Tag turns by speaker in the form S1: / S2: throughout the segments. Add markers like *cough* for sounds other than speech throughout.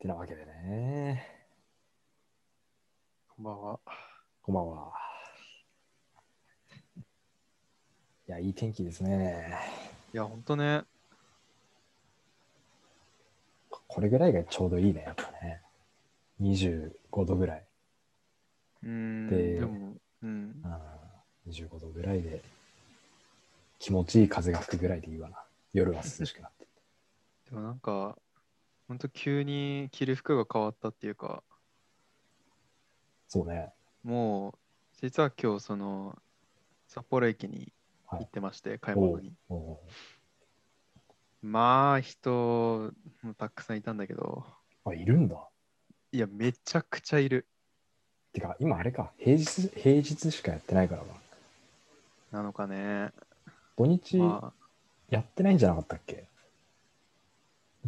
S1: てなわけでね。
S2: こんばんは。
S1: こんばんは。いや、いい天気ですね。
S2: いや、ほんとね。
S1: これぐらいがちょうどいいね、やっぱね。25度ぐらい。
S2: うーん。
S1: で
S2: でも、うん。
S1: うん、25度ぐらいで、気持ちいい風が吹くぐらいでいいわな。夜は涼しくな
S2: *laughs*
S1: って。
S2: でもなんか、ほんと急に着る服が変わったっていうか、
S1: そうね。
S2: もう、実は今日、その、札幌駅に
S1: はい
S2: 行ってまして、買い物に。
S1: おう
S2: まあ、人もたくさんいたんだけど、
S1: あ、いるんだ。
S2: いや、めちゃくちゃいる
S1: てか、今あれか、平日、平日しかやってないからな。
S2: なのかね。
S1: 土日
S2: まあ、
S1: やってないんじゃなかったっけ、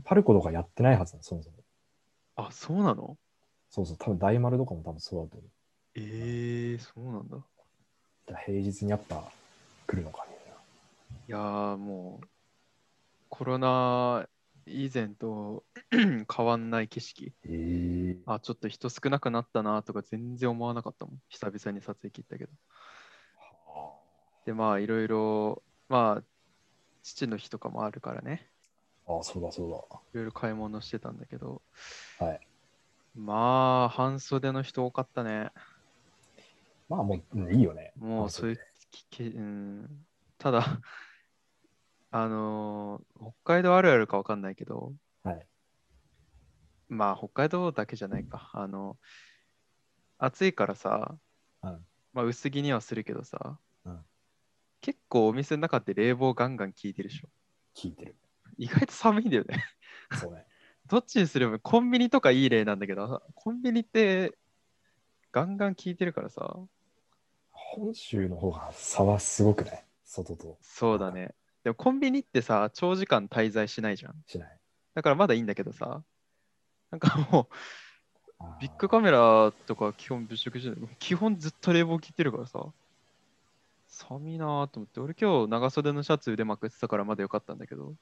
S1: パルコとかやってないはずだ、そもそも。
S2: あ、そうなの
S1: そうそう、多分大丸とかも多分そうだと思う。
S2: ええー、そうなんだ。
S1: だから平日にやっぱ来るのかみたいな。
S2: いやーもうコロナ以前と *clears throat* 変わんない景色
S1: ええ
S2: あちょっと人少なくなったなとか全然思わなかったもん久々に撮影切ったけどでまあいろいろまあ父の日とかもあるからね
S1: ああ、そうだそう
S2: いろいろ買い物してたんだけど
S1: だ。はい。
S2: まあ半袖の人多かったね
S1: まあもう、うんいいよね。
S2: もうそういうきけ、うん、ただあのー北海道あるあるかわかんないけど
S1: はい。
S2: まあ北海道だけじゃないか。あの暑いからさ、
S1: うん
S2: まあ薄着にはするけどさ、
S1: うん
S2: 結構お店の中って冷房ガンガン効いてるでしょ。
S1: 聞いてる。
S2: 意外と寒いんだよね。 *laughs*
S1: そうね。
S2: どっちにすればコンビニとかいい例なんだけど、コンビニってガンガン効いてるからさ、
S1: 本州の方が差はすごくない外と
S2: そうだね。でもコンビニってさ、長時間滞在しないじゃん。
S1: しない。
S2: だからまだいいんだけどさ、なんかもう
S1: あー
S2: ビッグカメラとか基本物色してない基本ずっと冷房切ってるからさ寒いなーと思って俺今日長袖のシャツ腕まくってたからまだよかったんだけど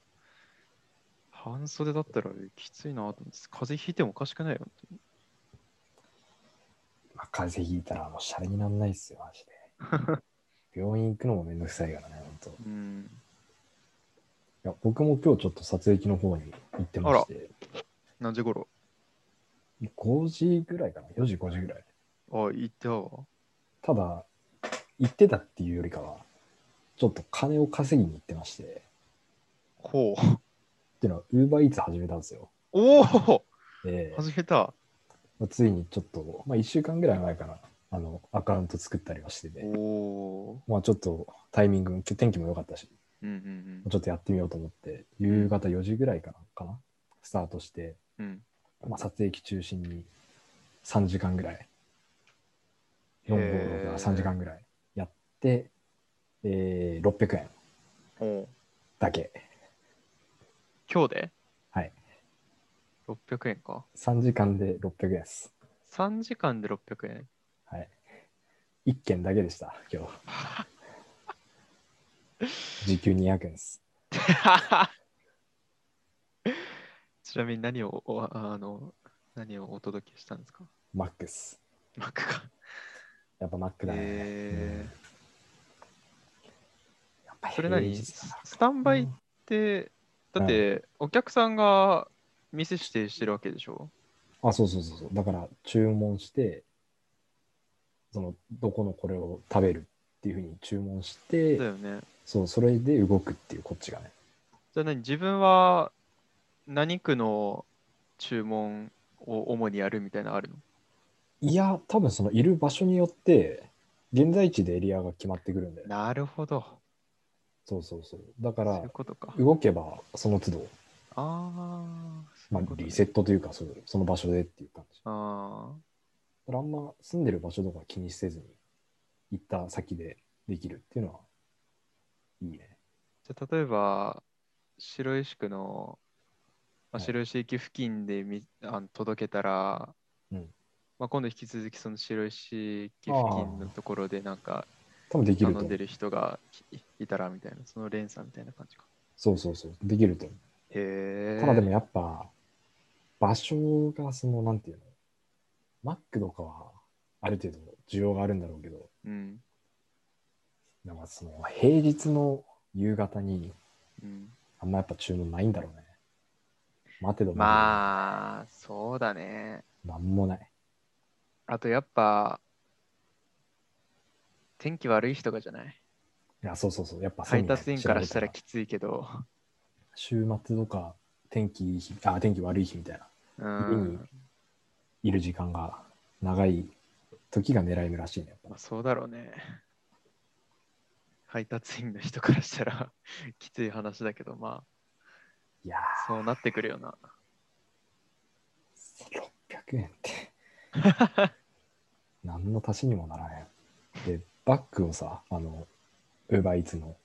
S2: 半袖だったらきついなーと思って風邪ひいてもおかしくないよ
S1: まあ、風邪ひいたらもうシャレになんないっすよ、マジで。病院行くのもめんどくさいからね、ほんと。い
S2: うん
S1: や、僕も今日ちょっと撮影機の方に行ってまして、
S2: 何時頃
S1: 5時ぐらいかな、4時、5時ぐらい。
S2: あ行ってたわ
S1: ただ、行ってたっていうよりかは、ちょっと金を稼ぎに行ってまして、っ
S2: ほう
S1: ていうのは、ウーバーイーツ始めたんですよ。
S2: おお
S1: で、
S2: 始めた
S1: まあついにちょっと、まあ、1週間ぐらい前から、あの、アカウント作ったりはしてて、
S2: おお
S1: まあ、ちょっとタイミング、今日天気も良かったし、
S2: うんうん
S1: ちょっとやってみようと思って、夕方4時ぐらいからかな、スタートして、
S2: うんうん
S1: まあ、撮影機中心に3時間ぐらい、4、5、6、3時間ぐらいやって、えー、600円
S2: おお
S1: だけ。
S2: 今日で
S1: はい
S2: 600円か
S1: 3時間で600円です。
S2: 3時間で600円
S1: はい。1件だけでした、今
S2: *laughs*
S1: 日。時給200円です。
S2: *laughs* ちなみに何をおああの何をお届けしたんですか
S1: マックス。
S2: マックか。
S1: やっぱマックだね。
S2: え
S1: やっぱ
S2: ー、それ
S1: 平
S2: 何
S1: 日だ
S2: ス
S1: な
S2: スタンバイって、だってお客さんが店指定してるわけでしょ
S1: あ、そうそうそうそう。だから注文して、その、どこのこれを食べるっていうふうに注文し
S2: だ
S1: て、
S2: よね。
S1: そう、それで動くっていう、こっちがね。
S2: じゃあ何自分は何区の注文を主にやるみたいなのあるの
S1: いや、多分そのいる場所によって、現在地でエリアが決まってくるんだよね。
S2: なるほど。
S1: そうそうそう。だか
S2: そう
S1: ら
S2: いう、ことか。
S1: 動けばその都度、
S2: ああ、そ
S1: まあ
S2: ういうこ、とね
S1: リセットというかそう、その場所でっていう感じ。
S2: あー
S1: だからあんま住んでる場所とか気にせずに、行った先でできるっていうのは、いいね。
S2: じゃあ例えば白石区の、まあ、
S1: はい
S2: 白石駅付近でみ、あの届けたら、
S1: うん
S2: まあ、今度引き続きその白石駅付近のところでなんか
S1: 多分でき
S2: 頼
S1: ると
S2: ん
S1: 思
S2: で
S1: う。
S2: る人がいいたらみたいなその連鎖みたいな感じか。
S1: そうそうそう。できると思う。
S2: へえ。
S1: ただでもやっぱ、場所がその、なんていうの、Mac とかはある程度需要があるんだろうけど、
S2: うん。
S1: なんかその平日の夕方に
S2: うん、
S1: あんまやっぱ注文ないんだろうね。待てど待
S2: まあ、そうだね。
S1: てど、なんもない。
S2: あとやっぱ、天気悪い日とかじゃない
S1: いや、そうそうそう。やっぱそう
S2: 配
S1: みたい
S2: 達員からしたらきついけど、
S1: 週末とか天気いい日、あ、天気悪い日みたいな。
S2: う
S1: 家に
S2: ん、
S1: いる時間が長い時が狙い目らしいね。やっ
S2: まあ、そうだろうね。配達員の人からしたら *laughs* きつい話だけど、ま
S1: ぱいや
S2: あ、そうなってくるよな。
S1: ー、600円って。
S2: *laughs*
S1: 何の足しにもならへん。で、バッグをさ、あの、ウーバーイーツの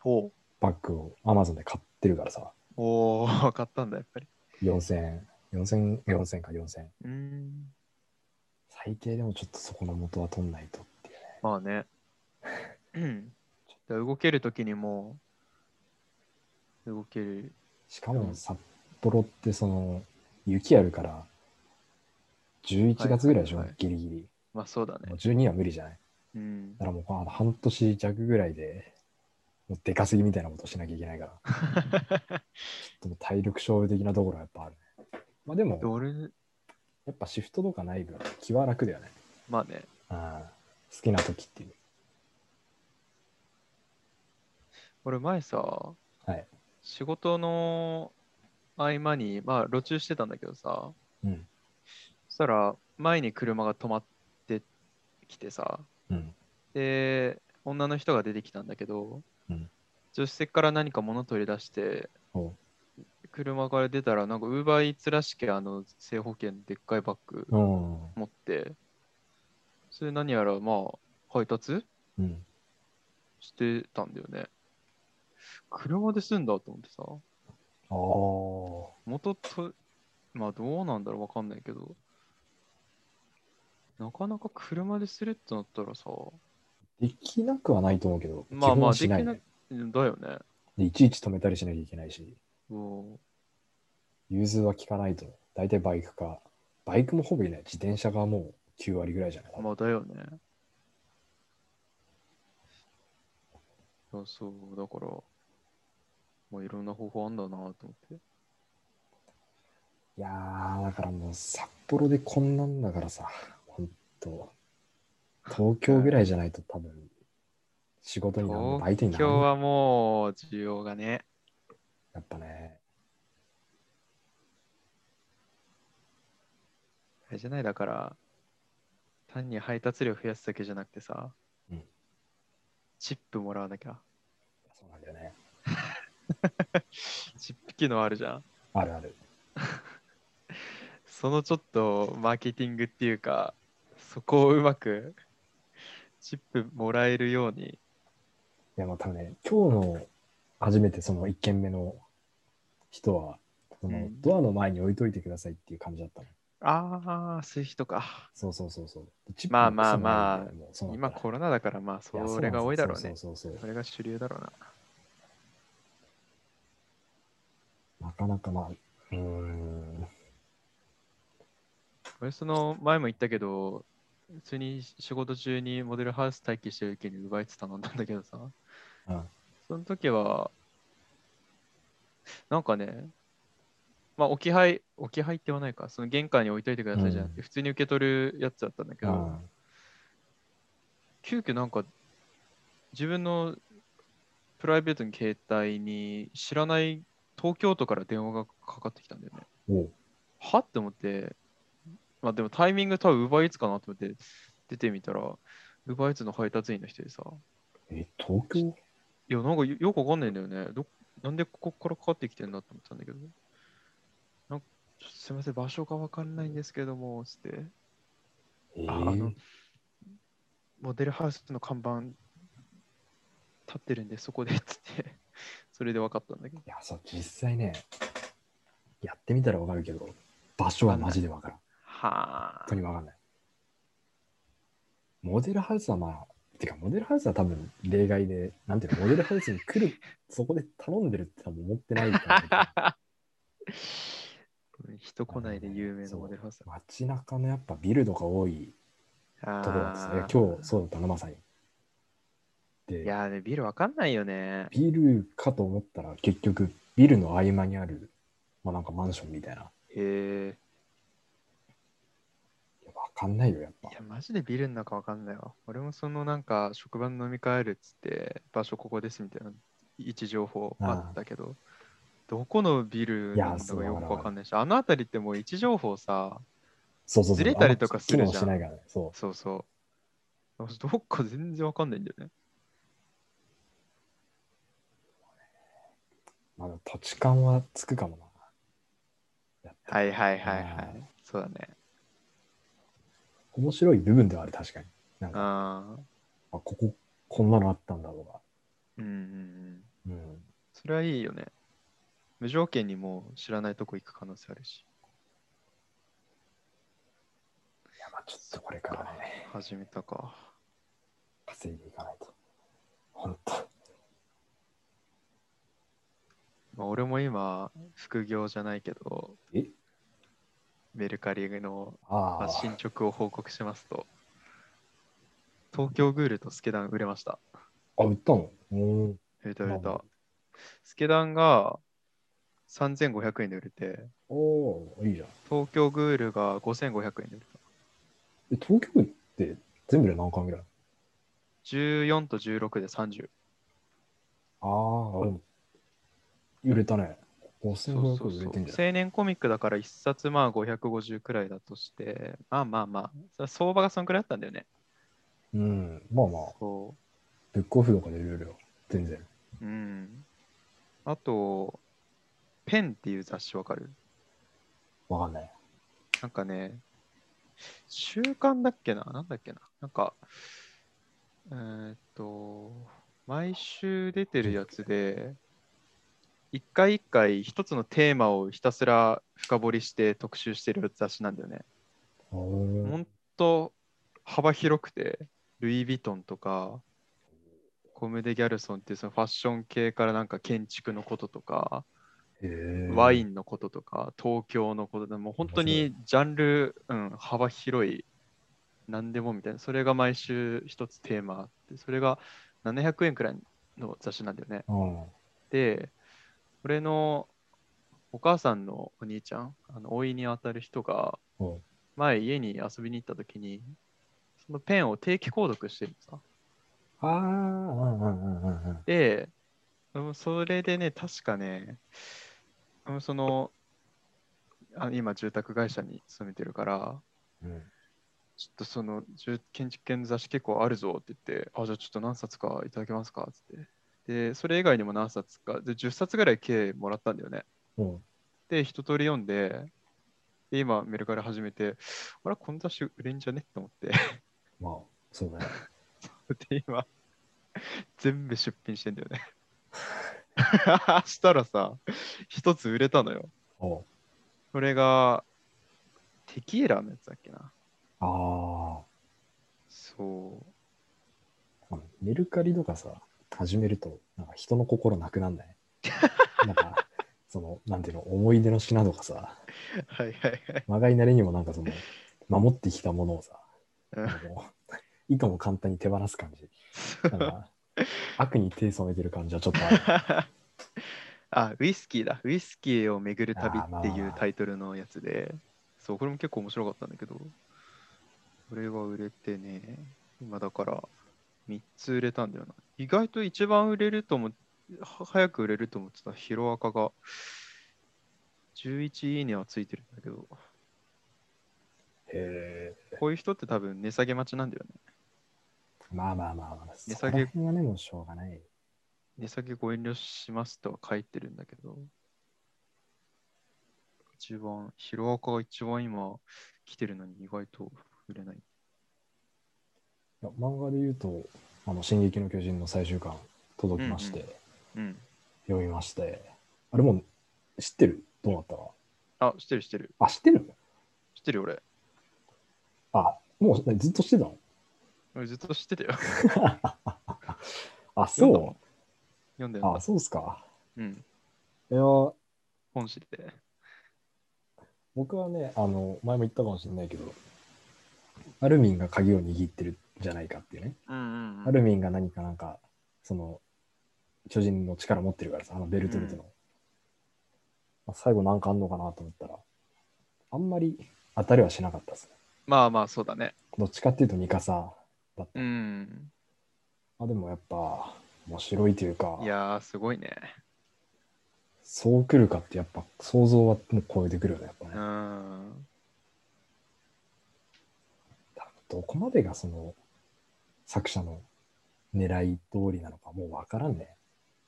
S2: ほ
S1: バッグを Amazon で買ってるからさ、
S2: う。おお、分かったんだ、やっぱり。
S1: 4000円、4000、4000か4000円。
S2: うん。
S1: 最低でもちょっとそこの元は取んないとっていうね。
S2: まあね。 *clears throat* うん。だから動けるときにもう、動ける。
S1: しかも札幌ってその、雪あるから、11月ぐらいでしょ、
S2: はいはいはい
S1: ギリギリ。
S2: まあそうだ
S1: も
S2: ね
S1: う。12は無理じゃない。
S2: うん
S1: だ。からもうこの半年弱ぐらいで、もうでかすぎみたいなことしなきゃいけないから、ちょっともう体力勝負的なところはやっぱあるね。まあでも、
S2: 俺、
S1: やっぱシフトとかない分、気は楽だよね。
S2: まあね。
S1: うん好きな時っていう。
S2: 俺前さ、
S1: はい
S2: 仕事の合間に、まあ、路中してたんだけどさ、
S1: うん。
S2: そしたら前に車が止まってきてさ、
S1: うん。
S2: で、女の人が出てきたんだけど、
S1: うん
S2: 助手席から何か物取り出して
S1: おう、
S2: 車から出たら、なんかウーバーイーツらしきあの正方形のでっかいバッグ
S1: うん。
S2: 持って、それ何やらまあ配達
S1: うん。
S2: してたんだよね。車で済んだと思ってさ、
S1: ああ。
S2: 元と、まあどうなんだろうわかんないけど、なかなか車でするってなったらさ、
S1: できなくはないと思うけど、
S2: まあまあ
S1: 基本しない、ね、
S2: でだよね。
S1: でいちいち止めたりしなきゃいけないし、
S2: うん
S1: 融通は効かないと、大体バイクか、バイクもほぼいない、自転車がもう9割ぐらいじゃないかな。
S2: まあだよね。そうそう、だから、まあいろんな方法あんだなと思って。
S1: いやー、だからもう札幌でこんなんだからさ、ほんと、東京ぐらいじゃないと多分、仕事になるバイトに
S2: 東
S1: なる
S2: 京はもう需要がね、
S1: やっぱね、
S2: あれじゃないだから、単に配達量増やすだけじゃなくてさ、
S1: うん
S2: チップもらわなきゃ。
S1: そうなんだよね。
S2: チップ機能あるじゃん。
S1: あるある。
S2: そのちょっとマーケティングっていうか、そこをうまくチップもらえるように。
S1: いや、まあ多分ね、今日の初めてその1軒目の人は、その
S2: うん
S1: ドアの前に置いといてくださいっていう感じだったの。
S2: ああ、そういう人か。
S1: そうそうそうそう。チップ
S2: まあまあまあ
S1: もうそうなんだ
S2: 今コロナだからまあそ
S1: いやうなんです
S2: れが多いだろう
S1: そ
S2: ね
S1: う。そうそうそう
S2: それが主流だろうな。
S1: なかなかまあ、うーん。
S2: 俺その前も言ったけど、普通に仕事中にモデルハウス待機してる時に奪いつ頼んだんだけどさ、
S1: うん
S2: その時は、なんかね、まあ置き配、置き配って言わないか、その玄関に置いといてくださいじゃなくて、
S1: う
S2: 普通に受け取るやつだったんだけ
S1: う
S2: ど、
S1: ん。
S2: 急遽なんか自分のプライベートの携帯に知らない東京都から電話がかかってきたんだよね。
S1: おう
S2: はって思って、まあでもタイミング多分 UberEats かなと思って出てみたら、UberEats の配達員の人でさ、
S1: え、東京
S2: いやなんかよよくわかんないんだよね。どなんでここからかかってきてんだと思ったんだけど、なんかちょっとすみません、場所がわかんないんですけども、つって。
S1: えー
S2: ああの、モデルハウスの看板立ってるんで、そこでっつって、 *laughs* それで分かったんだけど。
S1: いや、そう、実際ね、やってみたらわかるけど、場所はマジでわからん。
S2: は
S1: 本当にわかんない。モデルハウスはまあ、てかモデルハウスは多分例外で、なんていうの、モデルハウスに来 *laughs* る、そこで頼んでるって多分思ってないから。
S2: あ。人来ないで有名なモデルハウスだ。
S1: 街中のやっぱビルとか多い
S2: あ
S1: と
S2: ー
S1: ころなんですね。今日そうだったな、まさに。で、
S2: いやーね、ビルわかんないよね。
S1: ビルかと思ったら結局ビルの合間にある、まあ、なんかマンションみたいな。
S2: へえ。
S1: いやわかんないよ、やっぱ
S2: い。や、マジでビルの中わかんないわ。俺もそのなんか、職場に飲み会あるっつって、場所ここですみたいな位置情報あったけど、どこのビルなの
S1: いや
S2: か
S1: そう
S2: よくわかんないし、あの辺りってもう位置情報さ、
S1: そうそうそう。
S2: ずれたりとかするじゃん
S1: あんま機能しないからね。そ
S2: そうそう。私どっか全然わかんないんだよね。
S1: う。まあ、土地勘はつくかもな。やって
S2: はいはいはいは
S1: う
S2: い。そうだね。
S1: 面白い部分ではある、確かに。なんか、あ
S2: ああ。
S1: ここ、こんなのあったんだとか。
S2: うんうんうん。
S1: うん。
S2: それはいいよね。無条件にもう知らないとこ行く可能性あるし。
S1: いや、まあ、ちょっとこれからね、
S2: 始めたか。
S1: 稼いでいかないと。ほんと。
S2: まあ、俺も今、副業じゃないけど、
S1: え
S2: メルカリのま
S1: あ
S2: あ進
S1: あ、
S2: 捗を報告しますと、東京グールとスケダン売れました。
S1: あ、売ったのうん。
S2: 売れた売
S1: まあ
S2: れ
S1: まあ
S2: た。スケダンが3500円で売れて、
S1: おーいいじゃん。
S2: 東京グールが5500円で売れた。
S1: え、東京って全部で何巻ぐらい
S2: 14と16で30。
S1: ああ、うん。売れたね。
S2: そうそ
S1: 5500
S2: う
S1: 円売
S2: そ
S1: れ
S2: う。
S1: てんじゃん。
S2: 青年コミックだから1冊まあ550くらいだとして、まあまあまあ、それ相場がそんくらいだったんだよね。
S1: うん。まあまあ、
S2: そう。
S1: ブックオフとかで売れるよ。全然。
S2: うん。あと、ペンっていう雑誌わかる
S1: わかんない。
S2: なんかね、週刊だっけななんだっけななんか、えーっと、毎週出てるやつで、一回一回一つのテーマをひたすら深掘りして特集してる雑誌なんだよね。
S1: あー
S2: ほんと幅広くて、ルイ・ヴィトンとか、コム・デ・ギャルソンっていうそのファッション系からなんか建築のこととか、
S1: へー
S2: ワインのこととか、東京のことでもう本当にジャンル、うん、幅広い、何でもみたいな、それが毎週一つテーマあって、それが700円くらいの雑誌なんだよね。
S1: うん。
S2: で、俺のお母さんのお兄ちゃん、あの、老いに当たる人が
S1: うん、
S2: 前家に遊びに行った時に、そのペンを定期購読してるんですか。
S1: ああ、うんうんうんうんうん。
S2: で、うんそれでね、確かね、うんその、あ今、住宅会社に勤めてるから、
S1: うん、
S2: ちょっとその、住建築系の雑誌結構あるぞって言って、あ、じゃあちょっと何冊かいただけますかってって。で、それ以外にも何冊か、で、10冊ぐらい計もらったんだよね。
S1: うん、
S2: で、一通り読んで、で今、メルカリ始めて、あれ、この雑誌売れんじゃねって思って、
S1: まあ、そうだね。
S2: で、今、全部出品してんだよね。 *laughs* したらさ、一つ売れたのよ。
S1: お
S2: これが、テキーラのやつだっけな。
S1: あ
S2: そ
S1: あ、メルカリとかさ、始めると、なんか人の心なくなんない *laughs* なんか、その、なんていうの、思い出の品とかさ、
S2: う。はいはいはい。
S1: まがいなりにもなんかその、守ってきたものをさ、
S2: うん
S1: あのいとも簡単に手放す感じ。なんか、悪に手染めてる感じはちょっとある。 *laughs*
S2: あ、ウイスキーだ。ウイスキーを巡る旅っていうタイトルのやつで、そう、これも結構面白かったんだけど、これは売れてね、今だから3つ売れたんだよな。意外と一番売れると思っは早く売れると思ってたヒロアカが、11いいねはついてるんだけど、
S1: へえ。
S2: こういう人って多分値下げ待ちなんだよね。
S1: まあまあまあまあ、
S2: 値
S1: そ
S2: 下
S1: こ
S2: げ
S1: ら辺はね、もうしょうがない。
S2: 値下げご遠慮しますとは書いてるんだけど、一番、ヒロアカが一番今来てるのに意外と売れない。
S1: いや漫画で言うと、あの、進撃の巨人の最終巻届きまして、
S2: うんうん。
S1: 読みまして、あれもう知ってるどうなったか
S2: あ、知ってる知ってる。
S1: あ、知ってる
S2: 知ってるよ俺。
S1: あ、もうずっと知ってたの
S2: 俺ずっと知ってたよ。
S1: あ、
S2: 読んだもん
S1: そ
S2: 読んだ
S1: うあ、
S2: よ。
S1: そうっすか。
S2: うん。
S1: いや、
S2: 本誌で。
S1: 僕はね、あの、前も言ったかもしれないけど、アルミンが鍵を握ってるんじゃないかっていうね。
S2: うんうんうん
S1: アルミンが何かなんか、その、巨人の力持ってるからさ、あのベルトルトの。まあ最後なんかあんのかなと思ったら、あんまり当たりはしなかったですね。
S2: まあまあそうだね。
S1: どっちかっていうと、ミカサだった。
S2: うん。
S1: まあでもやっぱ、面白いというか
S2: い、やーすごいね。
S1: そう来るかってやっぱ想像はもう超えてくるよね、やっぱね。
S2: うん。
S1: どこまでがその作者の狙い通りなのかもう分からんね。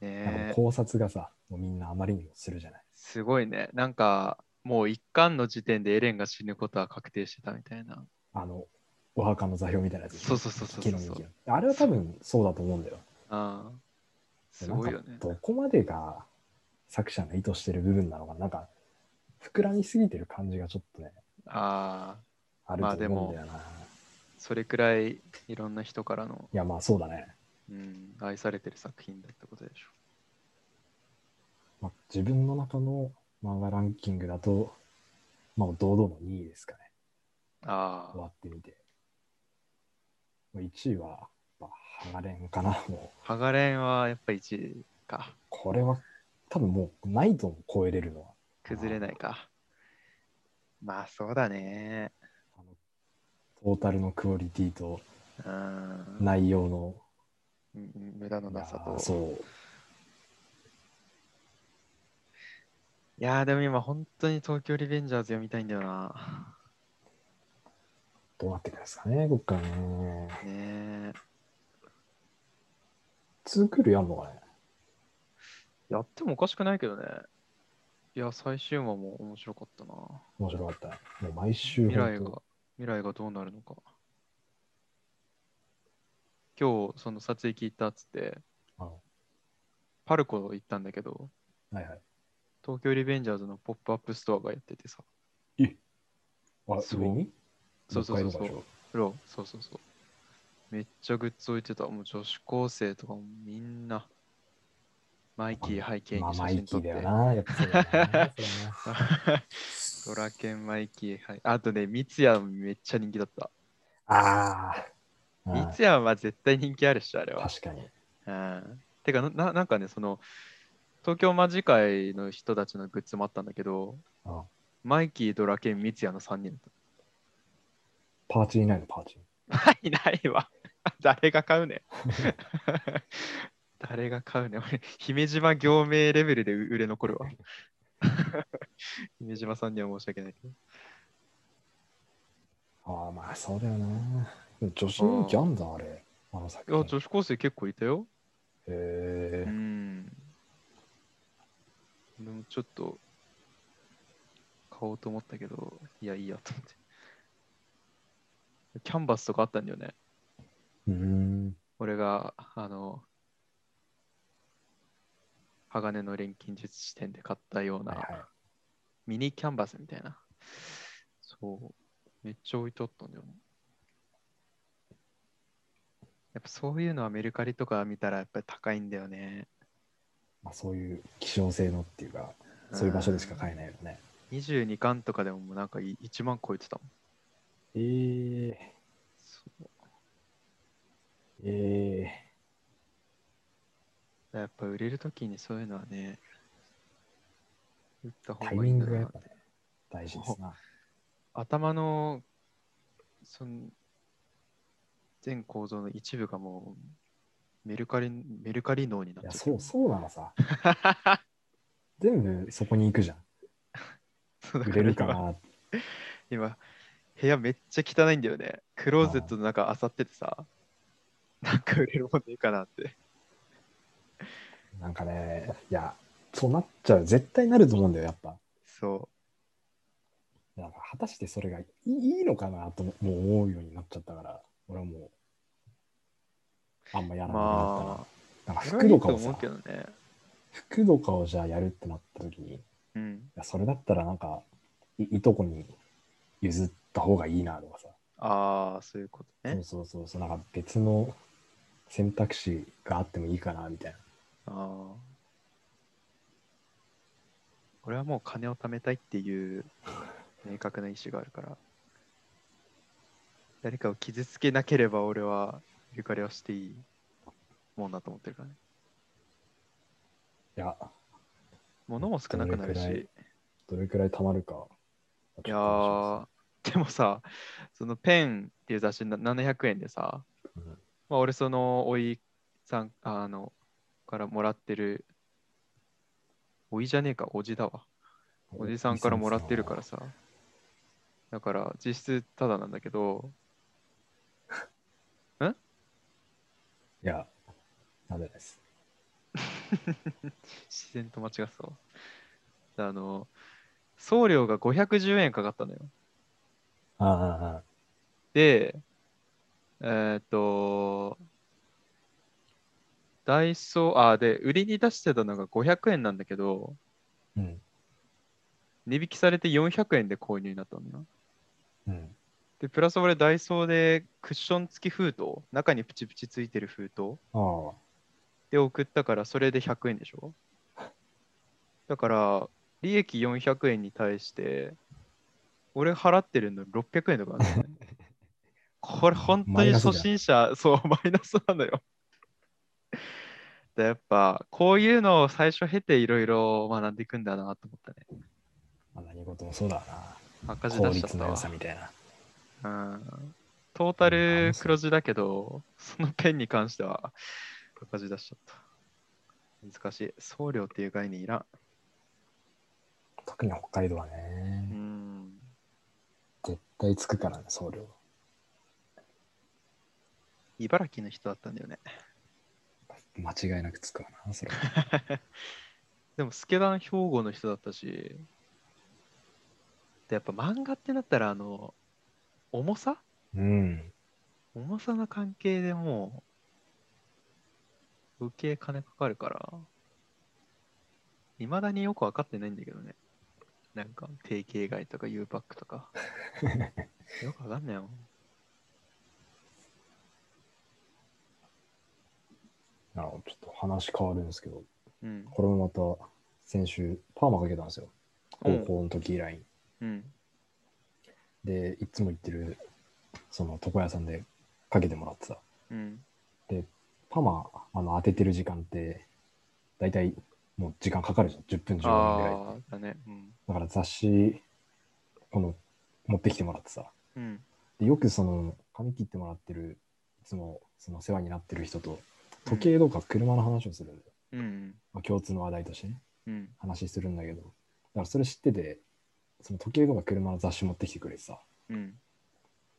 S1: なん
S2: ね
S1: か
S2: え
S1: 考察がさ、もうみんなあまりにもするじゃない。
S2: すごいね。なんかもう一巻の時点でエレンが死ぬことは確定してたみたいな。
S1: あの、お墓の座標みたいなやつ。
S2: そうそうそうそう
S1: 木の幹のあれは多分そうだと思うんだよ。
S2: あーすごいよ
S1: な
S2: ね
S1: ん。かどこまでが作者の意図してる部分なのか、なんか膨らみすぎてる感じがちょっとね、
S2: ああ、
S1: あると思うんだよな。
S2: それくらいいろんな人からの、
S1: いや、まあそうだね。
S2: うん、愛されてる作品だってことでしょ。
S1: まあ、自分の中の漫画ランキングだと、まあ堂々の2位ですかね。
S2: あ
S1: 終わってみて。まあ1位は、やっぱ、ハガレンかな。もう、
S2: あ、ハガレンはやっぱ1位か。
S1: これは、多分もう、ないと超えれるのは。
S2: 崩れないか。まあそうだね。
S1: あのトータルのクオリティと
S2: うん。
S1: 内容の、
S2: うん無駄の
S1: いや
S2: なさ
S1: ー
S2: と。
S1: そう。
S2: いやーでも今本当に東京リベンジャーズ読みたいんだよな。
S1: どうなってくるんですかね、こっからね。
S2: ねえ。
S1: ツークールやんのかね。
S2: やってもおかしくないけどね。いや、最終話も面白かったな。
S1: 面白かったね。もう毎週
S2: 未来
S1: 本
S2: が、未来がどうなるのか。今日、その撮影聞いたっつって、
S1: 当、あの
S2: パルコ行ったんだけど、
S1: はいはい。
S2: 東京リベンジャーズのポップアップストアがやっててさ。
S1: あ、
S2: そう
S1: 上に
S2: そうそうそう
S1: 北
S2: そ
S1: 海
S2: う
S1: 道。
S2: ロそうそうそう。めっちゃグッズ置いてた。もう女子高生とかもみんな、マイキー背景
S1: まあ、
S2: に写
S1: マイ
S2: 真
S1: キ
S2: 撮っ
S1: ー
S2: て。
S1: だよな。やっぱそう
S2: *laughs*
S1: だよなそうだな。
S2: ドラケンマイキー、はい。あとね、三ツ矢めっちゃ人気だった。
S1: ああ
S2: 三
S1: ー。
S2: ツ矢は絶対人気あるっしょ、あれ
S1: うん
S2: は。
S1: 確かに。
S2: うん。てかなな、なんかね、その、東京マジ会の人たちのグッズもあったんだけど、
S1: うん
S2: マイキー、ドラケン、三ツ矢の3人だっ
S1: パーチいないの、パーチ。
S2: た。 *laughs* いないわ。誰が買うねん。 *laughs* 誰が買うねん。俺、姫島行名レベルで売れ残るわ。 *laughs* 姫島さんには申し訳ないけど。
S1: ああ、まあそうだよな。女子人気あんだ、あれ。あの作
S2: いや、
S1: 品。
S2: 女子高生結構いたよ。
S1: へ
S2: う
S1: え。
S2: ん。俺もちょっと買おうと思ったけど、いや、いいやと思って。キャンバスとかあったんだよね。
S1: うーん。
S2: 俺が、あの、鋼の錬金術師店で買ったよう
S1: はい
S2: な
S1: はい。
S2: ミニキャンバスみたいな。そう。めっちゃ置いてあったんだよね。やっぱそういうのはメルカリとか見たらやっぱり高いんだよね。
S1: まあそういう希少性のっていうか、そういう場所でしか
S2: ん
S1: 買えないよね。
S2: 22巻とかでももうなんかい1万超えてたもん。
S1: えー、
S2: そう
S1: え
S2: やっぱ売れるときにそういうのはね、売った
S1: ー、タ
S2: 方
S1: イ
S2: がい
S1: ミ
S2: いん
S1: ン
S2: だ
S1: グがや
S2: な
S1: っ。ぱね、大事です
S2: *laughs*
S1: な。
S2: 頭のその全構造の一部がもうメルカリメルカリ脳にないっ
S1: や、
S2: ちゃ。
S1: そうう、そうなのさ。全部そこに行くじゃん。
S2: そうだ
S1: 売
S2: から
S1: れるか
S2: 今
S1: な。
S2: 今部屋めっちゃ汚いんだよね。クローゼットの中あさっててさ、なんか売れるもんでいいかなって。
S1: なんかね、いや、そうなっちゃう。絶対なると思うんだよ、やっぱ。
S2: そ
S1: なんか果たしてそれがいいいのかなとももう思うようになっちゃったから、俺はもう、あんまや
S2: う。
S1: らなくなっ
S2: ま
S1: たな。な
S2: あ、
S1: んか
S2: それ
S1: 服
S2: は
S1: とかを
S2: いいと思う
S1: さ
S2: け、どね。
S1: 服とかをじゃあやるってなった時に、い
S2: うん。
S1: やそれだったらなんかい、いとこに譲った方がいいなとかさ、
S2: ああ、そういうこと
S1: そう
S2: ね。
S1: そうそうそう、なんか別の選択肢があってもいいかなみたいな。
S2: ああ。
S1: *laughs*
S2: 俺はもう金を貯めたいっていう明確な意思があるから誰かを傷つけなければ俺はゆかりをしていいもんだと思ってるからね
S1: いや、
S2: 物も少なく
S1: ど
S2: なる
S1: れくら
S2: し
S1: どれくらい溜まるか。
S2: いやーでもさそのペンっていう雑誌な700円でさ、
S1: うん
S2: まあ俺そのおいさんあのからもらってるおいじゃねえかおじだわおじさんからもらってるから。さ。だから実質ただなんだけど、
S1: いや、なんでです。
S2: 自然と間違ってたわ。あの、送料が510円かかったのよ。
S1: ああああ、ああ
S2: で、えーっと、ダイソー、あ、で、売りに出してたのが500円なんだけど、
S1: うん、
S2: 値引きされて400円で購入になったのよ。
S1: うん、
S2: で、プラス俺ダイソーでクッション付き封筒、中にプチプチついてる封筒、
S1: ああ、
S2: で送ったからそれで100円でしょだから利益400円に対して俺払ってるの600円とかなんだよねこれ本当
S1: マイ
S2: に
S1: ナスじゃん
S2: 初心者そうマイナスなのよでやっぱこういうのを最初経ていろいろ学んでいくんだなと思ったね
S1: まあ、何事もそうだ
S2: 赤
S1: な。
S2: 字
S1: 効
S2: 出しちゃっ
S1: 率
S2: た
S1: の
S2: わ
S1: 良さみたいな。
S2: うんトータル黒字だけど、そのペンに関しては赤字出しちゃった。難しい。送料っていう概念いらん。
S1: 特に北海道は
S2: う
S1: ね、
S2: ん。
S1: 絶対つくからね、送料。
S2: 茨城の人だったんだよね。
S1: 間違いなくつくわな、それは。
S2: *laughs* でも、スケダン兵庫の人だったし、でやっぱ漫画ってなったら、あの、重さ
S1: うん。
S2: 重さの関係でもう、受け金かかるから、いまだによく分かってないんだけどね。なんか、定型外とか U パックとか。よく分かんないよ。
S1: なるほどちょっと話変わるんですけど、
S2: うん。
S1: これもまた先週、パーマかけたんですよ。
S2: う
S1: 高
S2: ん
S1: 校の時以来に。
S2: うん。
S1: で、いつも行ってる、その床屋さんでかけてもらってた。
S2: うん。
S1: パーマ、あの、当ててる時間って、だいたいもう時間かかるじゃん。10分、15分ぐらい。
S2: ああ、だね。うん。
S1: だから雑誌、この、持ってきてもらってさ。
S2: うん。
S1: でよくその、髪切ってもらってる、いつも、その世話になってる人と、時計とか車の話をするんだよ。
S2: うん。
S1: まあ、共通の話題としてね、
S2: うん。
S1: 話するんだけど。だからそれ知ってて、その時計とか車の雑誌持ってきてくれてさ。
S2: うん。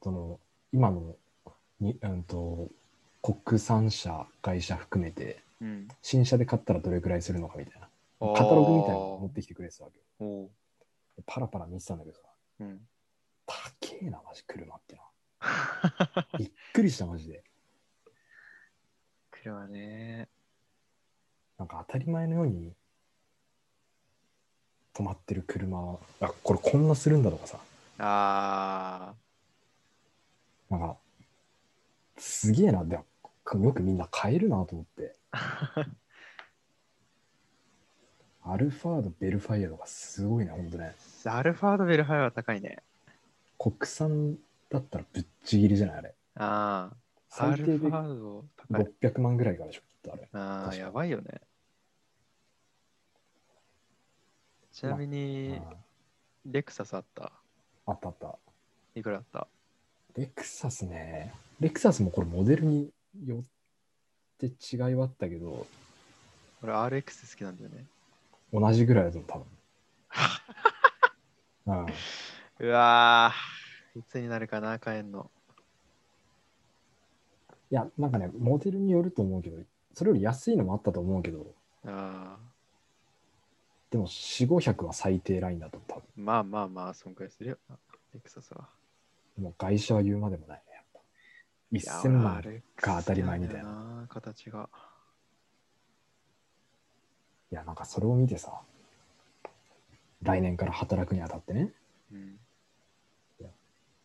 S1: その今のに、うん、と国産車会社含めて
S2: うん。
S1: 新車で買ったらどれくらいするのかみたいな
S2: あー
S1: カタログみたいなの持ってきてくれてたわけよ
S2: おう
S1: パラパラ見てたんだけどさ
S2: うん。
S1: 高えなマジ車ってな
S2: *laughs*
S1: びっくりしたマジで
S2: 車ね。
S1: なんか当たり前のように止まってる車あこれこんなするんだとかさ
S2: ああ。
S1: なんかすげえなでよくみんな買えるなと思
S2: *laughs*
S1: ってアルファードベルファイアとかすごいなほんとね
S2: アルファードベルハイは高いね。
S1: 国産だったらぶっちぎりじゃないあれ
S2: ああ。ア
S1: 最
S2: ル
S1: 低
S2: フ
S1: で
S2: ァード高い。
S1: 600万ぐらいからでしょきっとあれ確
S2: ああ、
S1: か
S2: やばいよね。ちなみに、
S1: あ
S2: レクサスあった。
S1: ああったあった
S2: いくらあった
S1: レクサスねレクサスもこれモデルによって違いはあったけど
S2: 俺 RX 好きなんだよね。
S1: 同じぐらいだと思う多
S2: *laughs*
S1: 分うん
S2: うわーいつになるかな、買えんの。
S1: いやなんかねモデルによると思うけどそれより安いのもあったと思うけど
S2: ああ。
S1: でも4500は最低ラインだと思う多分
S2: まあまあまあ、そんくらいするよな。レクサスは。
S1: もう外車は言うまでもないね、やっぱ。
S2: いや
S1: 1000万。
S2: 俺 RX
S1: が当たり前みたいな
S2: 好きんだよな。形が。
S1: いや、なんかそれを見てさ、来年から働くにあたってね、
S2: うん。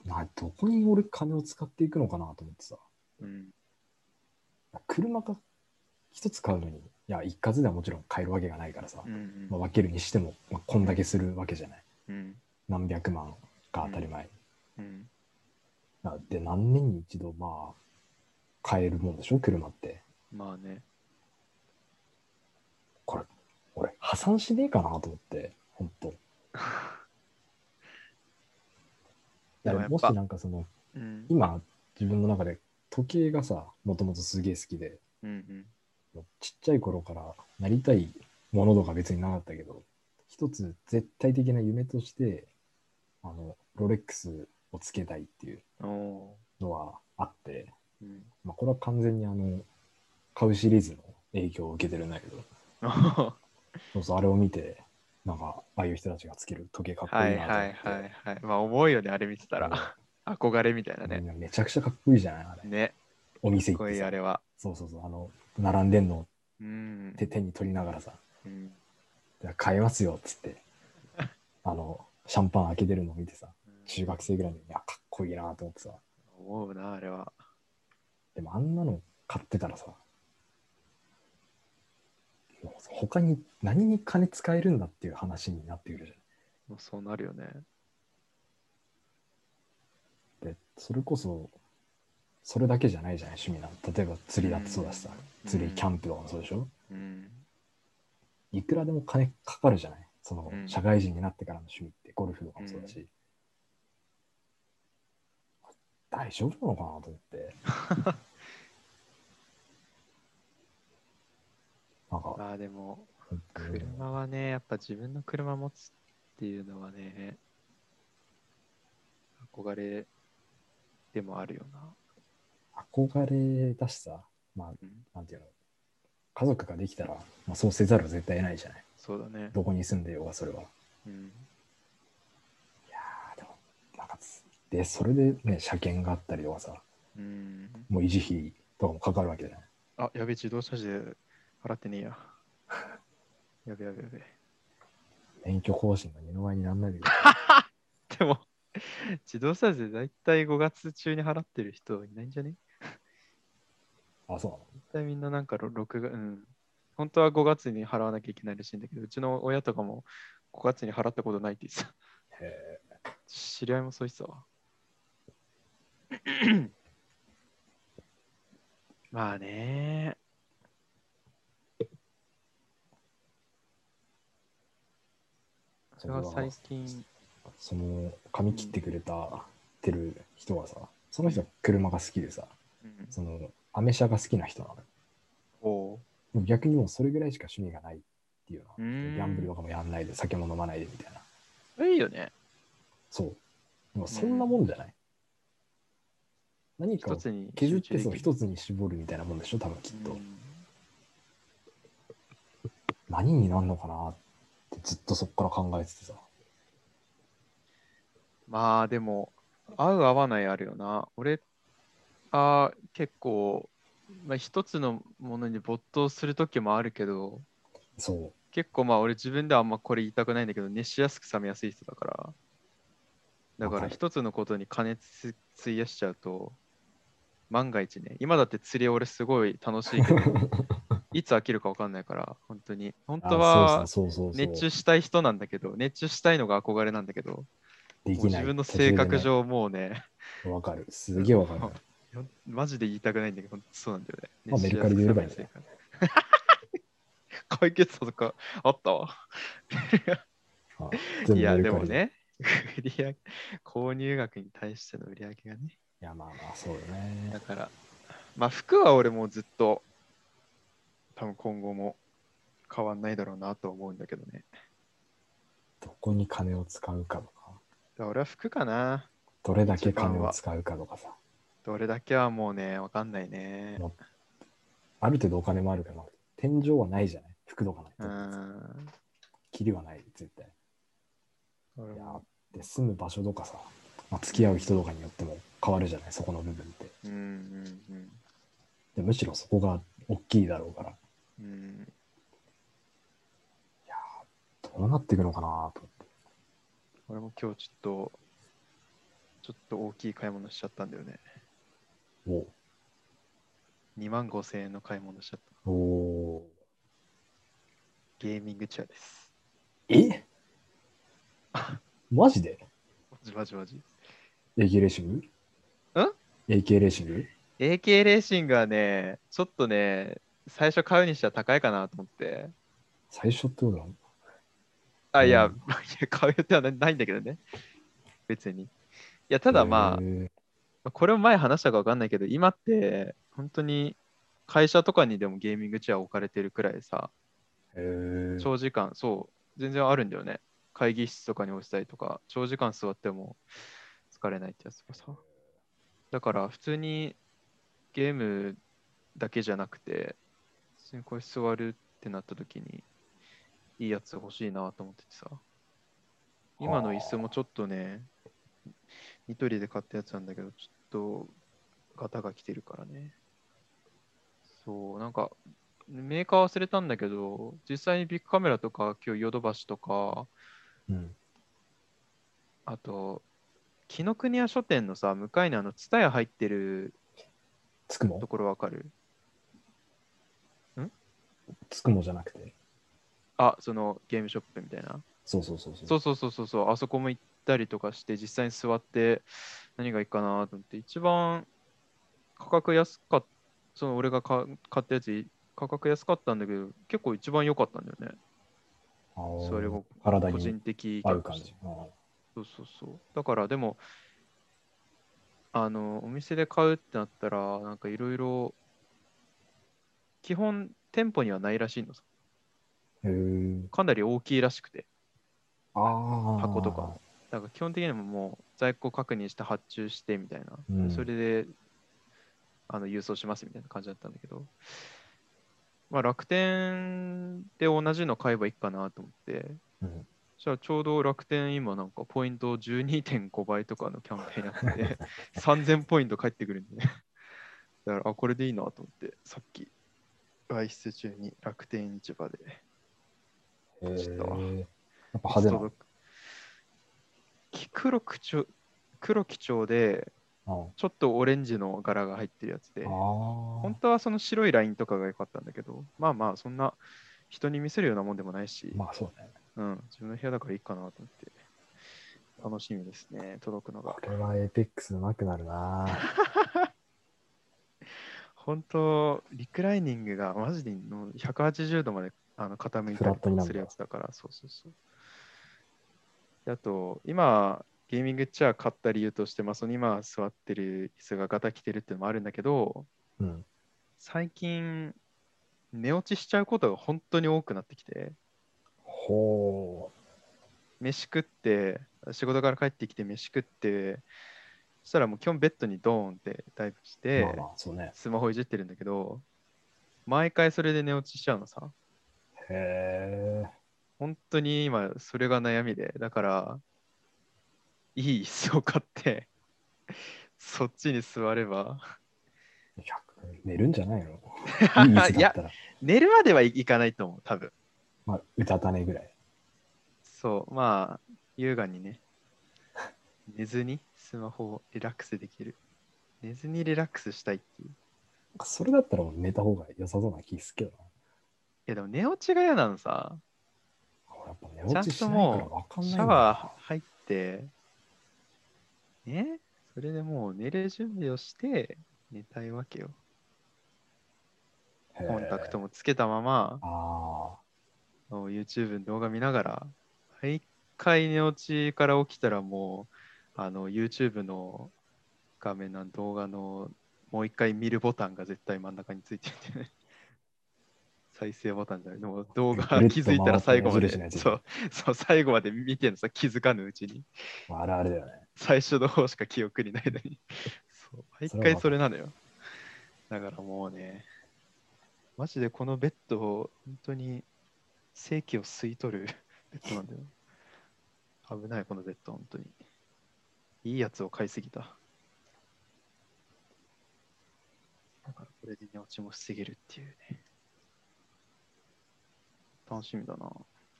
S1: などこに俺金を使っていくのかなと思ってさ、
S2: うん。
S1: 車が一つ買うのに、いや、一括ではもちろん買えるわけがないからさ、
S2: うん。
S1: まあ、分けるにしても、まあ、こんだけするわけじゃない。
S2: うん。
S1: 何百万が当たり前。
S2: うん。
S1: なで、何年に一度、まあ、買えるもんでしょ、車って。
S2: まあね。
S1: これ、俺、破産しねえかなと思って、本当
S2: *laughs* でもやっぱ
S1: もしなんかその、
S2: うん。
S1: 今、自分の中で時計がさ、もともとすげえ好きで、
S2: うんうん。
S1: もうちっちゃい頃からなりたいものとか別になかったけど、一つ絶対的な夢として、あの、ロレックスをつけたいっていう
S2: おお
S1: のはあって、
S2: ー。うん。
S1: まあ、これは完全にあの、買うシリーズの影響を受けてるんだけど、
S2: は
S1: そうそう、あれを見て、なんか、ああいう人たちがつける時計かっこいい
S2: い
S1: なと
S2: は
S1: 思っ
S2: い
S1: て。
S2: はいはい。まあ重いよね、あれ見てたら。憧れみたいな
S1: うん
S2: ね。
S1: めちゃくちゃかっこいいじゃないあれ。
S2: ね。
S1: お店
S2: か
S1: 行っ
S2: っこ
S1: て
S2: いい
S1: さ
S2: あれは。
S1: そうそうそう、あの、並んでんのを
S2: うん。
S1: 手手に取りながらさ、
S2: うん
S1: いや買えますよっつっ
S2: *laughs*
S1: て、あの、シャンパン開けてるのを見てさ、中学生ぐらいに、いや、かっこいいなと思ってさ、
S2: 思うな、あれは。
S1: でもあんなの買ってたらさ、もう他に何に金使えるんだっていう話になってくるじ
S2: もうそうなるよね。
S1: ゃん。で、それこそ、それだけじゃないじゃない、趣味なの。例えば釣りだってそうだしさ、
S2: うん
S1: 釣り、
S2: うん
S1: キャンプとかもそうでしょ。
S2: うん。
S1: いくらでも金かかるじゃないその、
S2: うん
S1: 社会人になってからの趣味ってゴルフとかもそうだし、大丈夫なのかなと思って
S2: *laughs*
S1: なんか
S2: まあでも、
S1: 本当に
S2: 車はね、やっぱ自分の車持つっていうのはね、憧れでもあるよな。
S1: 憧れだしさま
S2: うん
S1: あなんていうの家族ができたら、まあ、そうせざるを絶対得ないじゃない
S2: そうだね。
S1: どこに住んでようがそれは
S2: うん。
S1: いやーでもなんかつでそれでね車検があったりとかさ
S2: うん。
S1: もう維持費とかもかかるわけじゃない
S2: あ、やべ、自動車税払ってねえや。 *laughs* やべやべやべ。
S1: 免許更新が二の前になんないでください
S2: でも、自動車税大体5月中に払ってる人いないんじゃね
S1: あ、そうなの
S2: 大体みんななんかろ6月、うん。本当は5月に払わなきゃいけないらしいんだけど、うちの親とかも5月に払ったことないって言ってた。
S1: へ
S2: 知り合いもそう言ってたわ。 *coughs* まあね。
S1: え
S2: それは最近、
S1: その、髪切ってくれた、てる人はさ、その人は車が好きでさ、
S2: うん、
S1: その、アメ車が好きな人なのよ。
S2: おう
S1: でも逆にもうそれぐらいしか趣味がないっていう
S2: う
S1: の。ギ
S2: ん
S1: ャンブルとかもやんないで、酒も飲まないでみたいな。
S2: それいいよね。
S1: そう。でもそんなもんじゃない、何か
S2: 一
S1: を
S2: つに
S1: 削ってそう、
S2: つ
S1: 一つに絞るみたいなもんでしょ、多分きっと。何になるのかなってずっとそこから考えててさ。
S2: まあでも、合う合わないあるよな。俺、あー結構、まあ、一つのものに没頭する時もあるけど、
S1: そう。
S2: 結構まあ俺自分ではあんまこれ言いたくないんだけど熱しやすく冷めやすい人だからだか
S1: わからる
S2: 一つのことに加熱費やしちゃうと万が一ね今だって釣り俺すごい楽しい
S1: *laughs*
S2: けどいつ飽きるか分かんないから本当に本当
S1: あ
S2: は
S1: そうそうそうそうそう
S2: 熱中したい人なんだけど熱中したいのが憧れなんだけども
S1: で
S2: う
S1: きない
S2: 自分の性格上もうね
S1: わかる。すげえわかる。
S2: *laughs* ほんマジで言いたくないんだけど本当そうなんだよね
S1: まあメルカリで売ればいいんだよ
S2: *laughs* 解決策とかあったわ
S1: あ全部
S2: いや、
S1: メ
S2: で
S1: ルカ
S2: も
S1: リ。
S2: ね、 *laughs* 売り上げ、購入額に対しての売り上げがね。
S1: いや、まあまあ、そうよ
S2: だ
S1: ね。
S2: から、まあ、服は俺もうずっと、多分今後も変わんないだろうなと思うんだけどね。
S1: どこに金を使うかとか、
S2: だから俺は服かな。
S1: どれだけ金を使うかとかさ、
S2: どれだけはもうね、わかんないね。
S1: ある程度お金もあるから、天井はないじゃない服とか
S2: う
S1: ないと。
S2: ん。
S1: キリはない、絶対。
S2: 俺
S1: いや
S2: も、
S1: で、住む場所とかさ、まあ、付き合う人とかによっても変わるじゃない、そこの部分って。
S2: うんうんうん。
S1: でむしろそこが大きいだろうから、
S2: うん、
S1: どうなっていくのかなと思って。
S2: 俺も今日ちょっと、ちょっと大きい買い物しちゃったんだよね。
S1: おう
S2: 2万5千円の買い物しちゃった。
S1: おー
S2: ゲーミングチェアです。
S1: えマジで
S2: マジジマジマジ。
S1: AK レーシング
S2: ん
S1: ?AK レーシング
S2: AK レーシングはね、ちょっとね、最初買うにしては高いかなと思って。
S1: 最初ってことなの
S2: あ、いや、
S1: うん
S2: *laughs* いや買う予定はなないんだけどね。別に。いや、ただ
S1: へ
S2: まあ、
S1: ー
S2: まあこれも前話したか分かんないけど、今って本当に会社とかにでもゲーミングチェア置かれてるくらいさ、
S1: へー
S2: 長時間、そう、全然あるんだよね。会議室とかに置いたりとか、長時間座っても疲れないってやつとかさ。だから普通にゲームだけじゃなくて、普通にこれ座るってなった時に、いいやつ欲しいなと思っててさ。今の椅子もちょっとね、ニトリで買ったやつなんだけど、ちょっと型が来てるからね。そう、なんか、メーカー忘れたんだけど、実際にビッグカメラとか、今日ヨドバシとか、
S1: うん
S2: あと、紀ノ国屋書店のさ、向かいにあの、ツタヤ入ってる
S1: つくも
S2: ところわかる
S1: つくもじゃなくて。
S2: あ、そのゲームショップみたいな。
S1: そうそうそうそう。
S2: そうそうそうそうそう、あそこも行ったりとかして、実際に座って何がいいかなと思って、一番価格安かった、その俺がか買ったやつ、価格安かったんだけど、結構一番良かったんだよね。
S1: あー
S2: それも
S1: 体
S2: 個
S1: に
S2: 人的
S1: 合う感じ。あー
S2: そうそうそう。だからでも、あの、お店で買うってなったら、なんかいろいろ、基本店舗にはないらしいのさ。
S1: へー
S2: かなり大きいらしくて。
S1: あー。
S2: 箱とか。だから基本的にはもう在庫確認して発注してみたいな、
S1: うん
S2: それであの郵送しますみたいな感じだったんだけど、まあ、楽天で同じの買えばいいかなと思って、
S1: うん
S2: じゃあちょうど楽天今なんかポイント12.5倍とかのキャンペーンやって *laughs* て3000ポイント返ってくるんでねだからあこれでいいなと思ってさっき外出中に楽天市場で
S1: へー
S2: ちょっと
S1: やっぱ派手な
S2: 届く黒基調黒基調で
S1: うん。
S2: ちょっとオレンジの柄が入ってるやつで
S1: あ
S2: 本
S1: ー
S2: 当はその白いラインとかが良かったんだけどまあまあそんな人に見せるようなもんでもないし、
S1: まあそうだね。
S2: うん、自分の部屋だからいいかなと思って楽しみですね届くのが
S1: これはエイペックスうまくなるな。
S2: 本当リクライニングがマジでの180度まであの傾い
S1: フ
S2: た
S1: ラ
S2: り
S1: ットにな
S2: とか
S1: るんだ
S2: するやつだからそうそうそうであと今ゲーミングチェア買った理由として、まあ、その今座ってる椅子がガタ来てるっていうのもあるんだけど
S1: うん。
S2: 最近寝落ちしちゃうことが本当に多くなってきて
S1: ほ
S2: 飯食って仕事から帰ってきて飯食ってそしたらもう基本ベッドにドーンってダイブし
S1: う。
S2: て、
S1: まあまあ、そうね。
S2: スマホいじってるんだけど毎回それで寝落ちしちゃうのさ
S1: へえ。
S2: 本当に今それが悩みでだからいい椅子を買ってそっちに座れば
S1: 100寝るんじゃない
S2: *laughs*
S1: のいい椅子だったら、
S2: 寝るまではいいかないと思う多分
S1: まあ、うたたねぐらい。
S2: そうまあ優雅にね寝ずにスマホをリラックスできる寝ずにリラックスしたいっていうい
S1: それだったらもう寝た方が良さそうな気すっけどな。
S2: やでも寝落ちが嫌なのさ
S1: 俺やっぱ寝落ちしないからわかんない
S2: シ
S1: ん
S2: ャ
S1: だ
S2: ワー入って、ね、それでもう寝る準備をして寝たいわけよ。
S1: へー
S2: コンタクトもつけたまま、
S1: あ
S2: もう YouTube の動画見ながら、毎回寝落ちから起きたらもう、あの YouTube の画面の動画のもう一回見るボタンが絶対真ん中についてて *laughs* ね。再生ボタンじゃない。でも動画
S1: ぐるっと
S2: 気づいたら最後まで
S1: 回って矢印のやつ
S2: そう、そう、最後まで見てるのさ、気づかぬうちに。
S1: ー、まあ、あるあるだよね。
S2: 最初の方しか記憶にないのに。そう *laughs* 毎
S1: それは
S2: 回
S1: わかる
S2: それなのよ。だからもうね、マジでこのベッドを本当に正気を吸い取る *laughs* ベッドなんだよ。危ない、このベッド、本当に。いいやつを買いすぎた。だからこれで寝落ちも防げるっていうね。楽しみだな。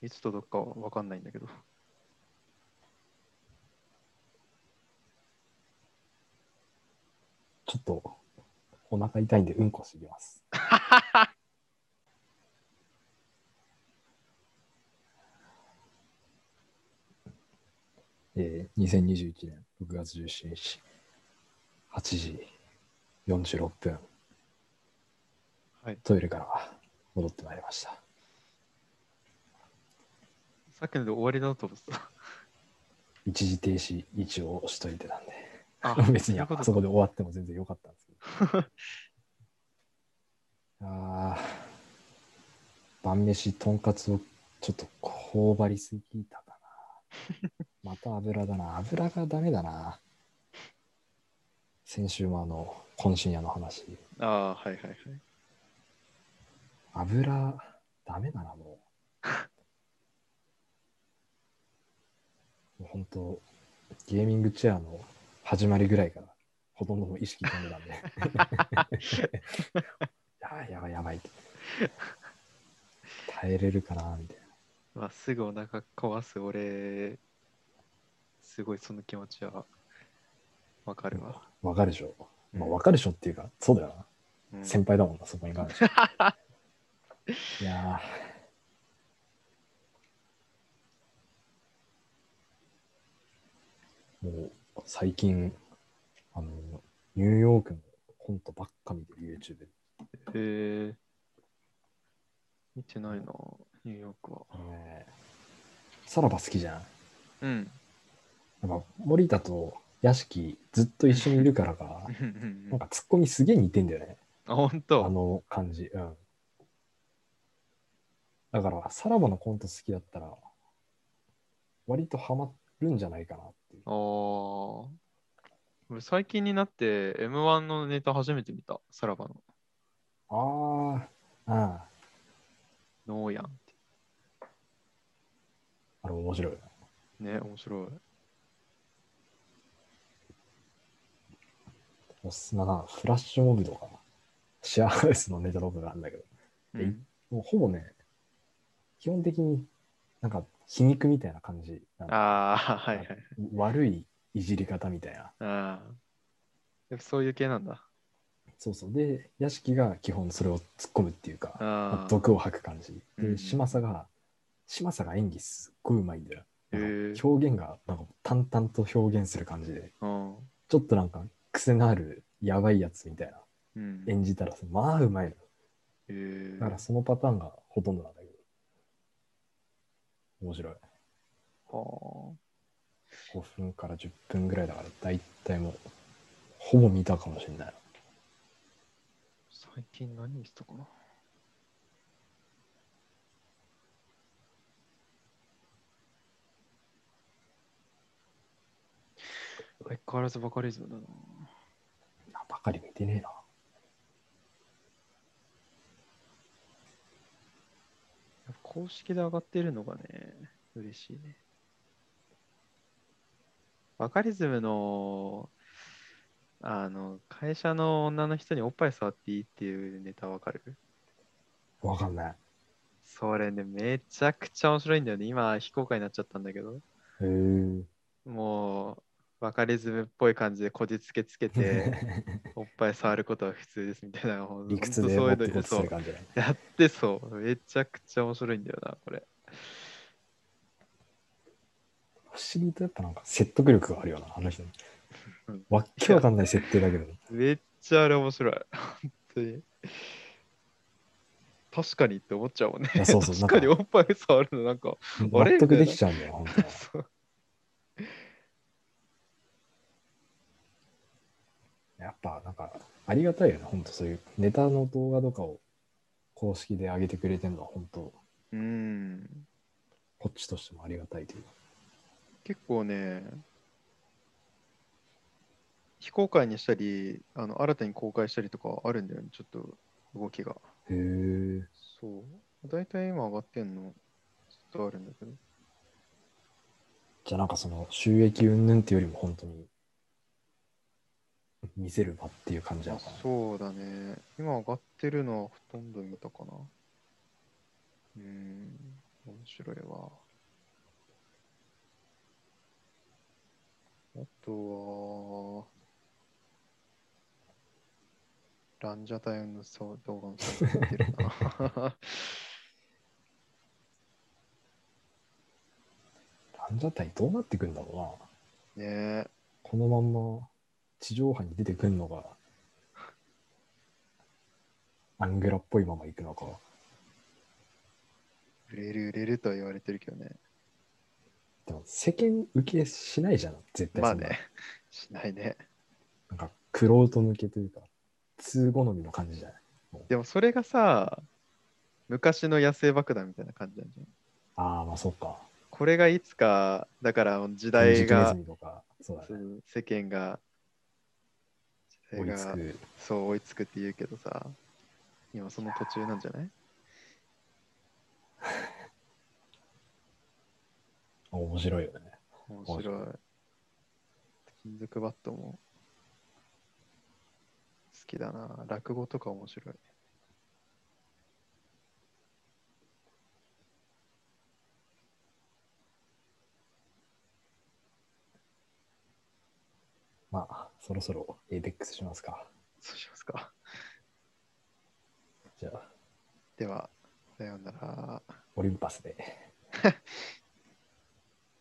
S2: いつ届くかは分かんないんだけど。
S1: ちょっとお腹痛いんでうんこしてきます。 *laughs* えー、2021年6月17日、8時46分、
S2: はい
S1: トイレから戻ってまいりました。
S2: さっきので終わりだと思って *laughs* た。
S1: 一時停止一応しといてたんで、
S2: あ
S1: *laughs* 別に
S2: そういうこと
S1: あそこで終わっても全然良かったんですけ
S2: *laughs*
S1: ど。あー晩飯、とんかつをちょっと頬張りすぎたか
S2: *laughs*
S1: な。また油だな。油がダメだな。先週もあの、渾身屋の話。
S2: ああ、はいはいはい。
S1: 油、ダメだな、もう。 *laughs* もう本当、ゲーミングチェアの始まりぐらいから、ほとんどもう意識飛んでたんで。 *laughs* やばいやばいやばいって。耐えれるかな、みたいな。
S2: まあ、すぐお腹壊す俺、すごいその気持ちはわかるわ。
S1: わかるでしょ。まあ、
S2: うん
S1: わかるでしょっていうか、そうだよな。
S2: うん
S1: 先輩だもんな、そこに関
S2: *laughs*
S1: して。いやーもう最近、あの、ニューヨークのコントばっか見てる YouTube で、
S2: へえ。見てないな、ニューヨークは。
S1: あのねさらば好きじゃん。
S2: うん。
S1: なんか森田と屋敷ずっと一緒にいるからか、なんかツッコミすげえ似てんだよね。
S2: あ、本
S1: あ
S2: 当。
S1: の感じ。うん。だから、さらばのコント好きだったら、割とハマるんじゃないかなっていう。
S2: あー俺最近になって M1 のネタ初めて見た、さらばの。
S1: ああ、うん。
S2: ノーヤンっ
S1: あれ面白い。
S2: て。ね、面白い。
S1: おすすめな、フラッシュモブとか、シェアハウスのネタとかがあるんだけど、
S2: う
S1: えい
S2: ん、
S1: もうほぼね、基本的になんか皮肉みたいな感じなの。
S2: ああ、はいはい。
S1: 悪いいじり方みたいな。
S2: ああ。やっぱそういう系なんだ。
S1: そうそう。で、屋敷が基本それを突っ込むっていうか、
S2: ああ。
S1: 毒を吐く感じ。
S2: うん
S1: で、
S2: うん
S1: 嶋佐が、嶋佐が演技すっごいうまいんだよ。
S2: へえ
S1: なんか表現がなんか淡々と表現する感じで、
S2: うん。
S1: ちょっとなんか癖のあるやばいやつみたいな
S2: うん。
S1: 演じたらさ、まあうまいの。
S2: えー
S1: だからそのパターンがほとんどなんだけど。面白い。
S2: は
S1: 5分から10分ぐらいだから、だいたいもう、ほぼ見たかもしれない。
S2: あ最近何見てたかな相変わらずバカリズムだな。
S1: あ、ばかり見てねえな。
S2: やっぱ公式で上がってるのがね、嬉しいね。バカリズムの、あの、会社の女の人におっぱい触っていいっていうネタわかる
S1: わかんない。
S2: それね、めちゃくちゃ面白いんだよね。今、非公開になっちゃったんだけど。
S1: へえ。
S2: もう、バカリズムっぽい感じでこじつけつ
S1: *laughs*
S2: けて、おっぱい触ることは普通ですみたいな。
S1: 理屈で
S2: ほ
S1: 持
S2: ん
S1: っ
S2: と
S1: て
S2: そういう
S1: こ
S2: の
S1: うと
S2: そ
S1: する感
S2: う。
S1: じだね。
S2: やってそう。めちゃくちゃ面白いんだよな、これ。
S1: 不思議とやっぱなんか説得力があるよな、あの人
S2: うん。
S1: わっけわかんない設定だ
S2: *laughs*
S1: けど。
S2: めっちゃあれ面白い。本当に。確かにって思っちゃうもんね。
S1: いやそうそう
S2: 確かに
S1: な
S2: おっぱい触るのなんか、あれ
S1: 納得できちゃうんだよ、本当に。
S2: そう
S1: やっぱなんかありがたいよね、本当そういうネタの動画とかを公式で上げてくれてるのは本当、
S2: うん。
S1: こっちとしてもありがたいというか。
S2: 結構ね、非公開にしたり、あの新たに公開したりとかあるんだよね、ちょっと動きが。
S1: へえ。
S2: そう。大体今上がってんの、ずっとあるんだけど。
S1: じゃあなんかその収益云々っていうよりも本当に見せる場っていう感じな
S2: あ
S1: のかな。
S2: そうだね。今上がってるのはほとんど見たかな。うーん、面白いわ。あとは、ランジャタイのそう動画も最近見てる *laughs* な。
S1: ランンジャタイどうなってくんだろうな。
S2: ねえ。
S1: このまんま地上波に出てくんのが、アンゲラっぽいまま行くのか。
S2: 売れる売れるとは言われてるけどね。
S1: でも世間受けしないじゃん、絶対
S2: まあ
S1: そんな
S2: ね。しないね。
S1: なんか、クロート向けというか、通好みの感じじゃない。
S2: でもそれがさ、昔の野生爆弾みたいな感じなんじゃん。
S1: ああ、まあそっか。
S2: これがいつか、だから時
S1: 電
S2: 代
S1: 磁気ネズ
S2: が、
S1: ミとか、そうだ
S2: そ
S1: ね。
S2: う世間が、時
S1: 追
S2: 代
S1: いつ
S2: が
S1: く。
S2: そう追いつくって言うけどさ、今その途中なんじゃない
S1: 面白いよね。
S2: 面白い
S1: 面。
S2: 金属バットも好きだな。落語とか面白い。
S1: まあ、そろそろ APEX しますか。
S2: そうしますか。
S1: じゃあ、
S2: では、さようなら。
S1: オリンパスで。